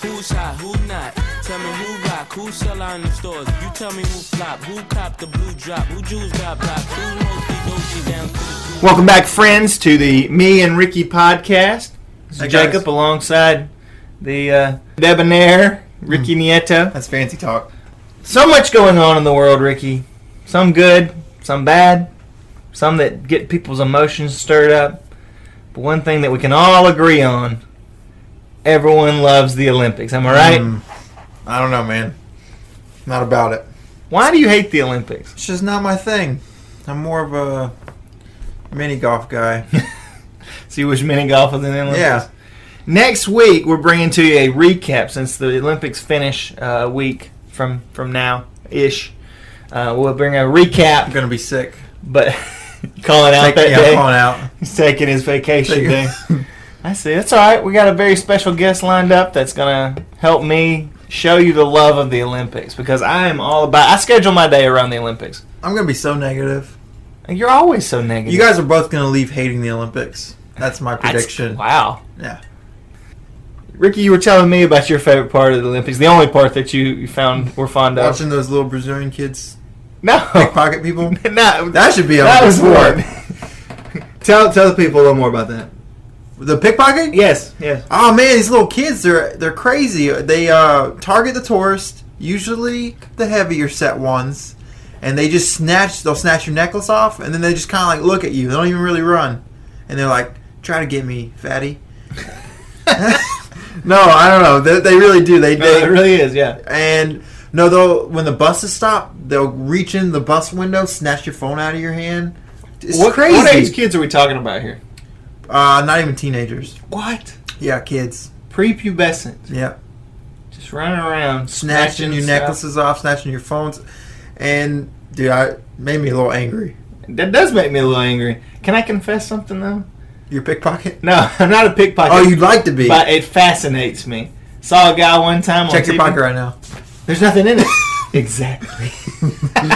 Who's hot, who not? Tell me who rock, who sell out in the stores. You tell me who flop, who cop the blue drop, who Jews got pop, who mostly Gucci down to the Jews. Welcome back, friends, to the Me and Ricky podcast. This is Hey, guys. Jacob alongside the uh, debonair Ricky Nieto. That's fancy talk. So much going on in the world, Ricky. Some good, some bad, some that get people's emotions stirred up. But one thing that we can all agree on everyone loves the Olympics. Am I right? Mm, I don't know, man. Not about it. Why do you hate the Olympics? It's just not my thing. I'm more of a mini golf guy. So you wish mini golf was in the Olympics? yeah. Next week, we're bringing to you a recap since the Olympics finish uh, a week from from now ish. Uh, we'll bring a I'm recap, gonna be sick. but calling out Take that me up day. on out. He's taking his vacation Take- day. I see. That's all right. We got a very special guest lined up that's gonna help me show you the love of the Olympics because I am all about. I schedule my day around the Olympics. I'm gonna be so negative. And You're always so negative. You guys are both gonna leave hating the Olympics. That's my That's- prediction. wow. Yeah. Ricky, you were telling me about your favorite part of the Olympics. The only part that you, you found were fond of. Watching those little Brazilian kids no. pickpocket people. no, That should be on that the was board. one. Tell tell the people a little more about that. The pickpocket? yes, yes. Oh man, these little kids they're they're crazy. They uh, target the tourist, usually the heavier set ones, and they just snatch they'll snatch your necklace off and then they just kinda like look at you. They don't even really run. And they're like, Try to get me, fatty. no, I don't know. They, they really do. They, No, they it Uh, really is. Yeah. and no, though when the buses stop, they'll reach in the bus window, snatch your phone out of your hand. It's what, crazy. What age kids are we talking about here? Uh, not even teenagers. What? Yeah, kids. Prepubescent. Yeah, Just running around, snatching, your stuff. necklaces off, snatching your phones, and dude, I made me a little angry. That does make me a little angry. Can I confess something though? Your pickpocket? No, I'm not a pickpocket. Oh, you'd like to be. But it fascinates me. Saw a guy one time. Check on your TV. pocket right now. There's nothing in it. exactly.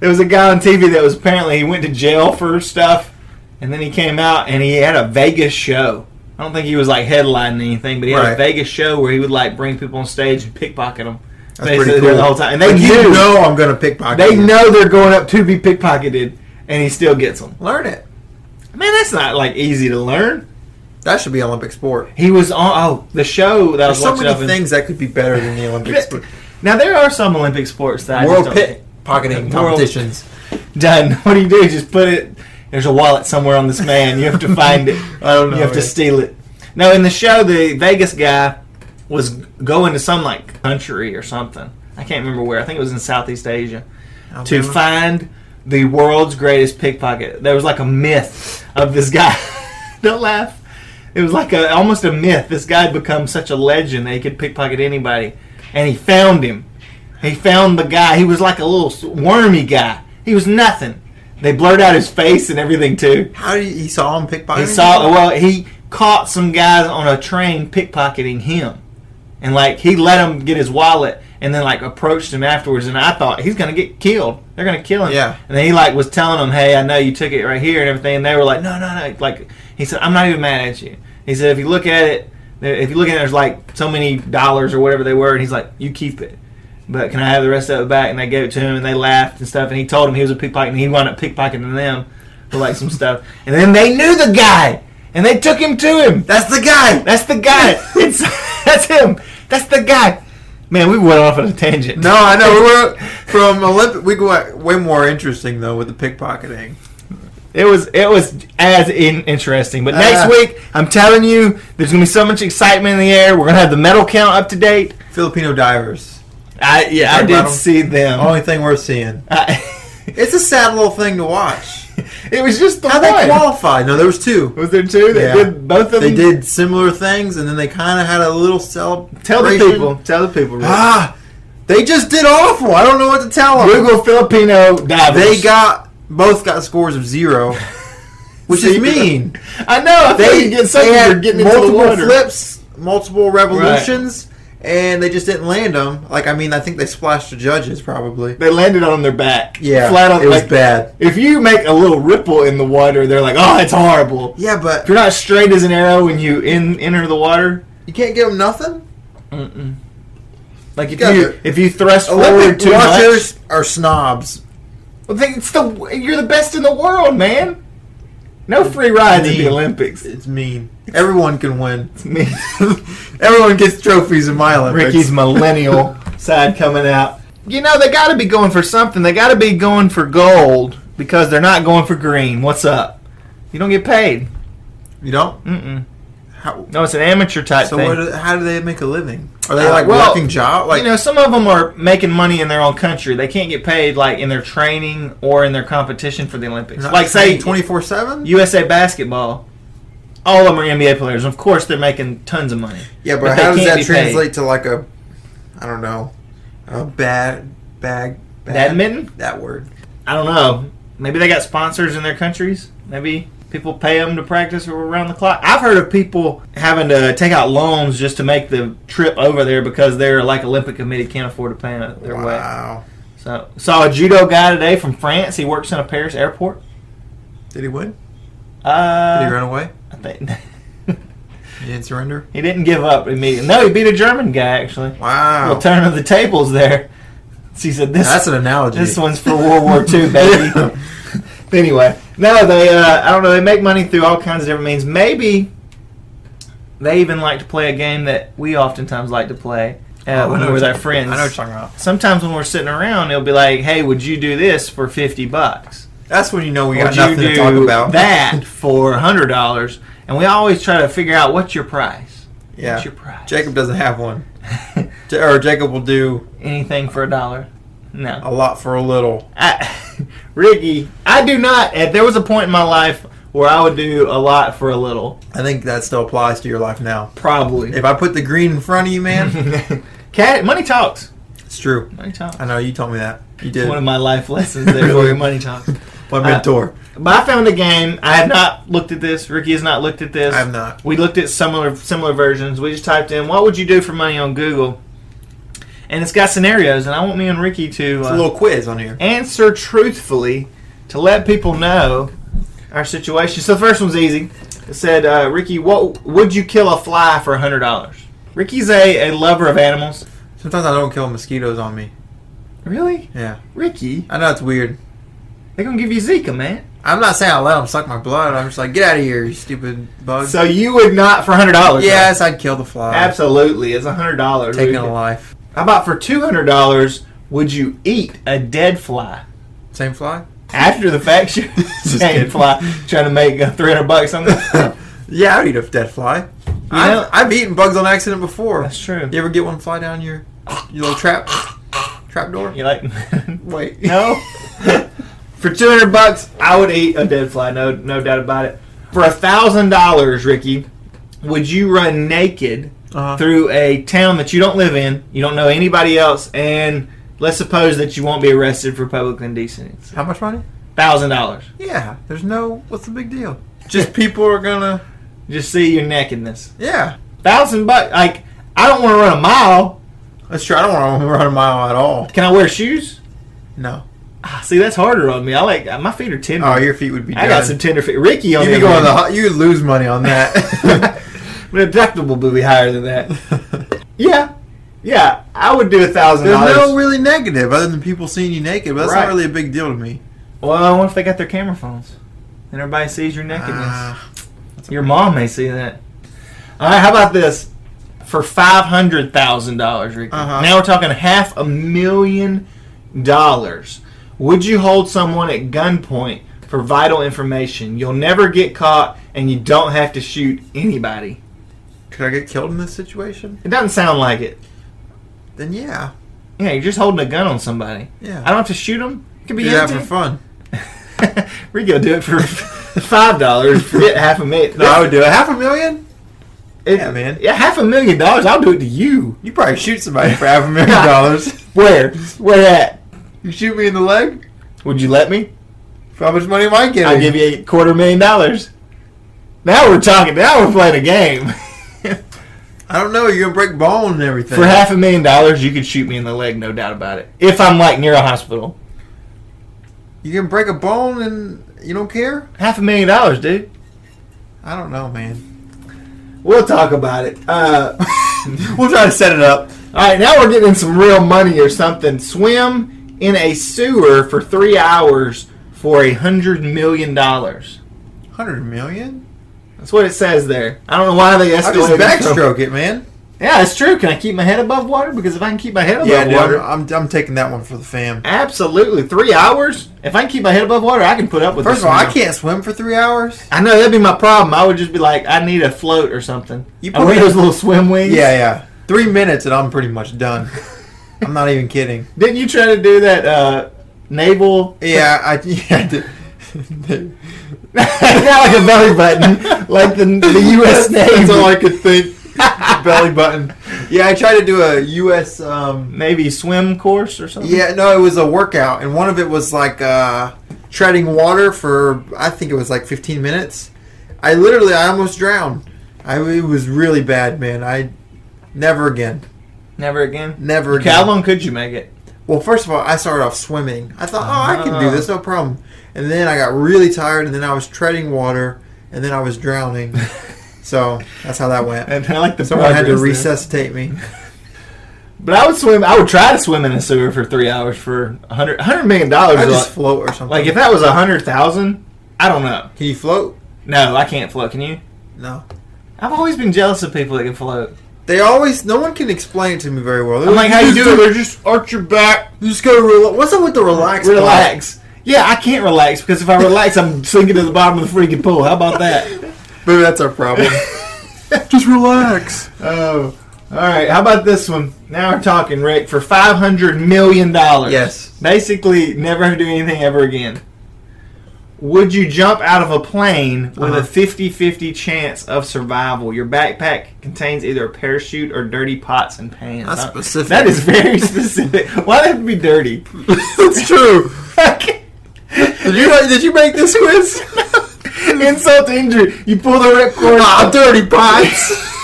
there was a guy on TV that was apparently he went to jail for stuff, and then he came out and he had a Vegas show. I don't think he was like headlining anything, but he had a Right. Vegas show where he would like bring people on stage and pickpocket them. That's They pretty sit cool. there the whole time, and they Like, knew you know I'm gonna pickpocket. they you. know they're going up to be pickpocketed, and he still gets them. Learn it. Man, that's not like easy to learn. That should be an Olympic sport. He was on oh the show that I was There's so watching many up in- things that could be better than the Olympics. but Now there are some Olympic sports that I just World don't- pit pocketing World- competitions. done. What do you do? Just put it. There's a wallet somewhere on this man. You have to find it. I don't know. You have to man. steal it. No, in the show, the Vegas guy was going to some like country or something. I can't remember where. I think it was in Southeast Asia to Alabama. find the world's greatest pickpocket. There was like a myth of this guy. Don't laugh. It was like a almost a myth. This guy had become such a legend that he could pickpocket anybody, and he found him. He found the guy. He was like a little s- wormy guy. He was nothing. They blurred out his face and everything too. How do you, he saw him pickpocket? He saw well. He caught some guys on a train pickpocketing him, and like he let him get his wallet, and then like approached him afterwards. And I thought he's gonna get killed. They're gonna kill him. Yeah. And then he like was telling them, "Hey, I know you took it right here and everything." And they were like, "No, no, no!" Like he said, "I'm not even mad at you." He said, "If you look at it, there- if you look at it, there's like so many dollars or whatever they were." And he's like, "You keep it." But can I have the rest of it back? And they gave it to him, and they laughed and stuff. And he told him he was a pickpocket, and he wound up pickpocketing them for like some stuff. And then they knew the guy, and they took him to him. That's the guy. That's the guy. It's that's him. That's the guy. Man, we went off on a tangent. No, I know. We were from Olympic. We go way more interesting though with the pickpocketing. It was it was as in interesting. But next Uh. week, I'm telling you, there's gonna be so much excitement in the air. We're gonna have the medal count up to date. Filipino divers. I yeah, I Heard about did 'em. see them. Only thing worth seeing. I- It's a sad little thing to watch. it was just the How they one. qualified? No, there was two. was there two? They Yeah. did both of They them. did similar things, and then they kind of had a little celebration. Tell the people. Tell the people. Rick. Ah, they just did awful. I don't know what to tell them. Google Filipino divers. They got both got scores of zero, which is Zero. mean. I know. I they, they get they something for had getting into the multiple water. flips, multiple revolutions, and they just didn't land them. Like, I mean, I think they splashed the judges probably. They landed on their back. Yeah, flat on. it was like, bad. If you make a little ripple in the water, they're like, "Oh, it's horrible." Yeah, If but you're not straight as an arrow when you in enter the water, you can't give them nothing. Mm-mm. Like if guys you are- if you thrust forward Olympic Oh, too much, watchers are snobs. well, then it's the you're the best in the world, man. No free rides at the Me. Olympics. It's mean. Everyone can win. It's me, Everyone gets trophies in my Olympics. Ricky's millennial side coming out. You know they got to be going for something. They got to be going for gold because they're not going for green. What's up? You don't get paid. you don't? Mm-mm. How, No, it's an amateur type so thing. what? do- How do they make a living? Are they Uh, like well, working job? Like you know, some of them are making money in their own country. They can't get paid like in their training or in their competition for the Olympics. Like say twenty four seven. USA basketball, all of them are NBA players. Of course, they're making tons of money. Yeah, but, but they how does can't that be translate paid. to like a, I don't know, a bad bag bad, Badminton? That word. I don't know. Maybe they got sponsors in their countries. Maybe people pay them to practice or around the clock. I've heard of people having to take out loans just to make the trip over there because their like Olympic committee can't afford to pay them their way. Wow. So saw a judo guy today from France. He works in a Paris airport. Did he win? Did Uh, he run away? I think He didn't surrender. he didn't give up immediately. No, he beat a German guy actually. Wow. Little turn of the tables there. She said this. Oh. That's an analogy. this one's for World War II, baby. Uh, But anyway, no, they. Uh, I don't know. They make money through all kinds of different means. Maybe they even like to play a game that we oftentimes like to play uh, when we're with our friends. Oh, I know what you're talking about. Sometimes when we're sitting around, they'll be like, "Hey, would you do this for fifty bucks?" That's when you know we Would got nothing to talk about. that for hundred dollars? And we always try to figure out what's your price. Yeah. What's your price? Jacob doesn't have one. Ja- or Jacob will do Anything for a dollar? No. a lot for a little. I, Ricky, I do not. If there was a point in my life where I would do a lot for a little, I think that still applies to your life now. probably. If I put the green in front of you, man, Cat, money talks. it's true. Money talks. I know you told me that. You did. One of my life lessons there for you, money talks. my mentor. But I found a game. I have not looked at this. Ricky has not looked at this. I have not. We looked at similar similar versions. We just typed in "What would you do for money" on Google, and it's got scenarios. And I want me and Ricky to It's uh, a little quiz on here. answer truthfully to let people know our situation. So the first one's easy. It said, uh, "Ricky, what would you kill a fly for hundred dollars?" Ricky's a, a lover of animals. Sometimes I don't kill mosquitoes on me. Really, Yeah. Ricky? I know it's weird. They're gonna give you Zika, man. I'm not saying I let them suck my blood. I'm just like, get out of here, you stupid bug. So you would not for hundred dollars? yes, I'd kill the fly. absolutely. It's hundred dollars. Taking a life. How about for two hundred dollars? Would you eat a dead fly? Same fly? After the fact, you kidding. dead fly trying to make uh, three hundred bucks on that. Yeah, I'd eat a dead fly. know- I've, I've eaten bugs on accident before. That's true. You ever get one fly down your your little trap trap door? You're like, Wait. no. For two hundred bucks, I would eat a dead fly. No, no doubt about it. For a thousand dollars, Ricky, would you run naked Uh-huh. through a town that you don't live in, you don't know anybody else, and let's suppose that you won't be arrested for public indecency? How much money? Thousand dollars. Yeah. There's no. What's the big deal? Just people are gonna. Just see your nakedness. Yeah. Thousand bucks. Like, I don't want to run a mile. That's true. I don't want to run a mile at all. Can I wear shoes? No. Ah, See, that's harder on me. I like my feet are tender. Oh, your feet would be. I done. got some tender feet. Ricky on You'd be the other going hand- the. You'd lose money on that. My deductible would be higher than that. Yeah, yeah, I would do a thousand There's no dollars. really negative other than people seeing you naked, but that's Right. not really a big deal to me. Well, what if they got their camera phones and everybody sees your nakedness? Ah, your mom may see that. All right, how about this? For five hundred thousand dollars, Ricky. Uh-huh. Now we're talking half a million dollars. Would you hold someone at gunpoint for vital information? You'll never get caught, and you don't have to shoot anybody. could I get killed in this situation? It doesn't sound like it. Then yeah, Yeah, you're just holding a gun on somebody. yeah. I don't have to shoot them. It could be do that empty. for fun. we go do it for five dollars. Forget half a million. No, I would do it. Half a million? It- yeah, man. Yeah, half a million dollars. I'll do it to you. You probably shoot somebody for half a million dollars. Where? Where at? You shoot me in the leg? Would you let me? For how much money am I getting? I'll give you a quarter million dollars. Now we're talking. Now we're playing a game. I don't know. You're gonna break bone and everything. For half a million dollars, you could shoot me in the leg, no doubt about it. If I'm like near a hospital, you can break a bone and you don't care? half a million dollars, dude. I don't know, man. We'll talk about it. Uh, we'll try to set it up. All right, now we're getting some real money or something. Swim in a sewer for three hours for a hundred million dollars. Hundred million? That's what it says there. I don't know why they I just escalated. from- backstroke it, man. Yeah, it's true. Can I keep my head above water? Because if I can keep my head above Yeah, dude, water, I'm, I'm taking that one for the fam. absolutely three hours. If I can keep my head above water, I can put up with. First this of all, I now. can't swim for three hours. I know that'd be my problem. I would just be like, I need a float or something. You You I wear put- those little swim wings. Yeah, yeah. Three minutes and I'm pretty much done. I'm not even kidding. Didn't you try to do that uh, naval? Yeah, I. Yeah, I did. Not like a belly button, like the the U.S. Navy. That's all I could think. Belly button. Yeah, I tried to do a U.S. Um, Navy swim course or something. yeah, no, it was a workout, and one of it was like uh, treading water for I think it was like 15 minutes. I literally, I almost drowned. I it was really bad, man. I never again, Never again. never again. How long could you make it? Well, first of all, I started off swimming. I thought, oh, I can do Ah. this, no problem. And then I got really tired, and then I was treading water, and then I was drowning. so that's how that went. And I like the Someone had to progress there. resuscitate me. But I would swim. I would try to swim in a sewer for three hours for a hundred hundred million dollars. I is a just lot. float or something. like if that was a hundred thousand, I don't know. can you float? No, I can't float. Can you? No. I've always been jealous of people that can float. They always. No one can explain it to me very well. They're I'm like, how you "Just do it?" They're just arch your back. You just gotta relax. What's up with the relax? part? Relax. Yeah, I can't relax because if I relax, I'm sinking to the bottom of the freaking pool. How about that? Maybe that's our problem. just relax. oh, all right. How about this one? Now we're talking, Rick, for five hundred million dollars. Yes. Basically, never have to do anything ever again. Would you jump out of a plane with Uh-huh. a 50 50 chance of survival? Your backpack contains either a parachute or dirty pots and pans. That's Uh, specific. That is very specific. Why'd it have to be dirty? it's true. Did you did you make this quiz? Insult to injury. You pull the ripcord. Ah, dirty pots.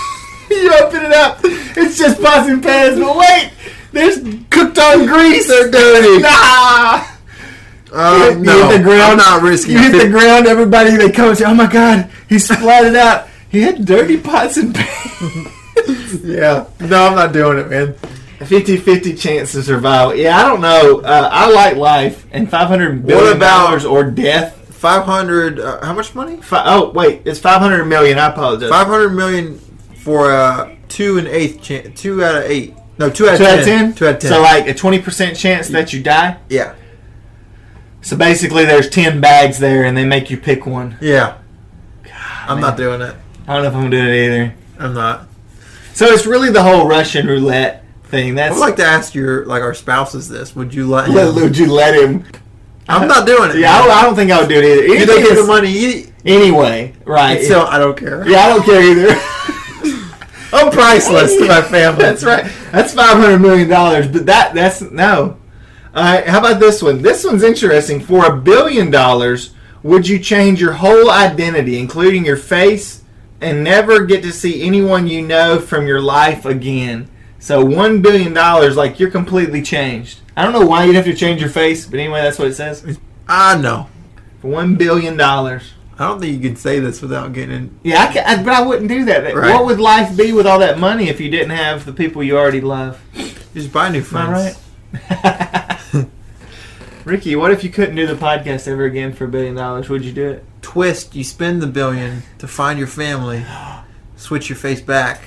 You open it up. It's just pots and pans. But wait, there's cooked on grease. They're dirty. Nah. Uh, You no, hit the ground. I'm not risking You hit the it. ground. Everybody that comes, oh my god, he splatted out. He had dirty pots and pans. yeah, no, I'm not doing it, man. 50-50 chance to survive. Yeah, I don't know. Uh, I like life and five hundred billion about- dollars or death. Five hundred. Uh, how much money? Fi- oh wait, it's five hundred million. I apologize. Five hundred million for uh, two and eighth. Chan- two out of eight. No, two out of Two ten. out of ten. Two out of ten. So like a twenty percent chance that you die. yeah, So basically, there's ten bags there, and they make you pick one. yeah. I'm not doing it. I don't know if I'm doing it either. I'm not. So it's really the whole Russian roulette thing. That's I'd like to ask your like our spouses this. Would you let? Let- Him? would you let him? I'm not doing it. Yeah, I, don't- I don't think I would do it either. you Anything don't get the is- money. You, anyway, right? so I don't care. yeah, I don't care either. I'm priceless to my family. that's right. That's five hundred million dollars. But that that's no. All right. How about this one? This one's interesting. For a billion dollars, would you change your whole identity, including your face, and never get to see anyone you know from your life again? So one billion dollars, like you're completely changed. I don't know why you'd have to change your face, but anyway, that's what it says. I know. For one billion dollars. I don't think you can say this without getting. in Yeah, I, ca I, but I wouldn't do that. Right. What would life be with all that money if you didn't have the people you already love? Just buy new Am friends. I right? Ricky, what if you couldn't do the podcast ever again for a billion dollars? Would you do it? twist you spend the billion to find your family switch your face back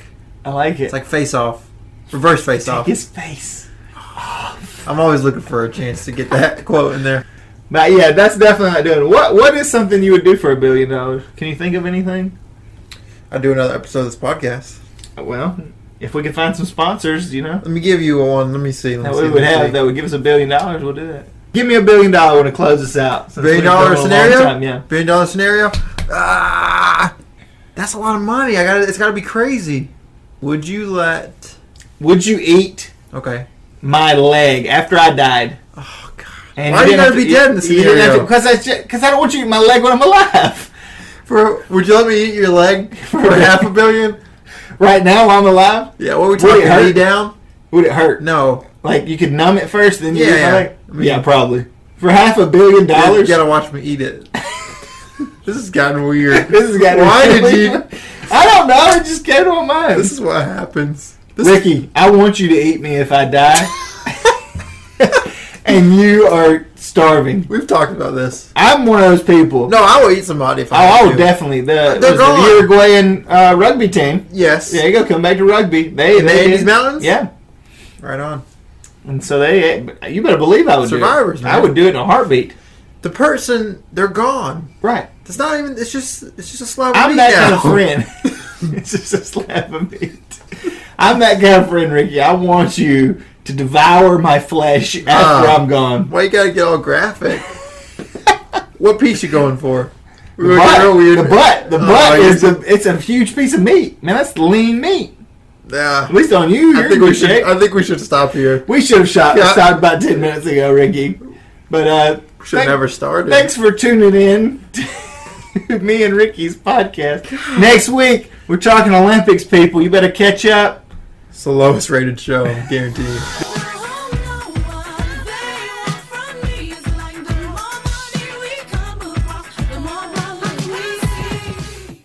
I like it. it's like face off reverse face Take off his face. i'm always looking for a chance to get that quote in there But yeah, that's definitely not doing. it. What What is something you would do for a billion dollars? Can you think of anything? i'll do another episode of this podcast Uh, Well, if we could find some sponsors, you know, let me give you a one let me see let me that see we would let me have see. that would give us a billion dollars, we'll do that. Give me a billion dollar one to close this out. since we've billion done dollar it a long scenario time, yeah. billion dollar scenario ah, that's a lot of money i got it's got to be crazy would you let Would you eat okay my leg after I died? oh god And Why do you gotta be dead in this scenario? Because I because I don't want you to eat my leg when I'm alive. for would you let me eat your leg for half a billion Right now, while I'm alive, yeah what were we Would it talking knee hurt? down would it hurt? no Like you could numb it first, then you Yeah, eat my yeah. leg? I mean- yeah, probably for half a billion You dollars. gotta watch me eat it. this has gotten weird. This has got Why did you? I don't know. It just came to my mind. This is what happens. Ricky, I want you to eat me if I die. and you are starving. We've talked about this. I'm one of those people. No, I will eat somebody if Oh, I have I to. would definitely. The, They're was the gone. Uruguayan uh, rugby team. Yes. Yeah, you go. Come back to rugby. They In the they did- Andes Mountains? Yeah, Right on. and so they. You better believe I would. eh, Survivors, Do it. man. I would do it in a heartbeat. The person, they're gone. Right. It's not even. It's just. It's just a slab of I'm meat that now. kind of friend. it's just a slab of meat. I'm that kind of friend, Ricky. I want you to devour my flesh after Ah. I'm gone. Why you gotta get all graphic? what piece you going for? We The were butt, getting real weird. the butt, the Oh, butt you- is a, it's a huge piece of meat. Man, that's lean meat. Yeah. At least on you, I think we should. I think we should stop here. We should have shot Yeah. stopped about ten minutes ago, Ricky. But uh, Should thank- never started. Thanks for tuning in to me and Ricky's podcast. Next week we're talking Olympics, people. You better catch up. It's the lowest rated show, guaranteed.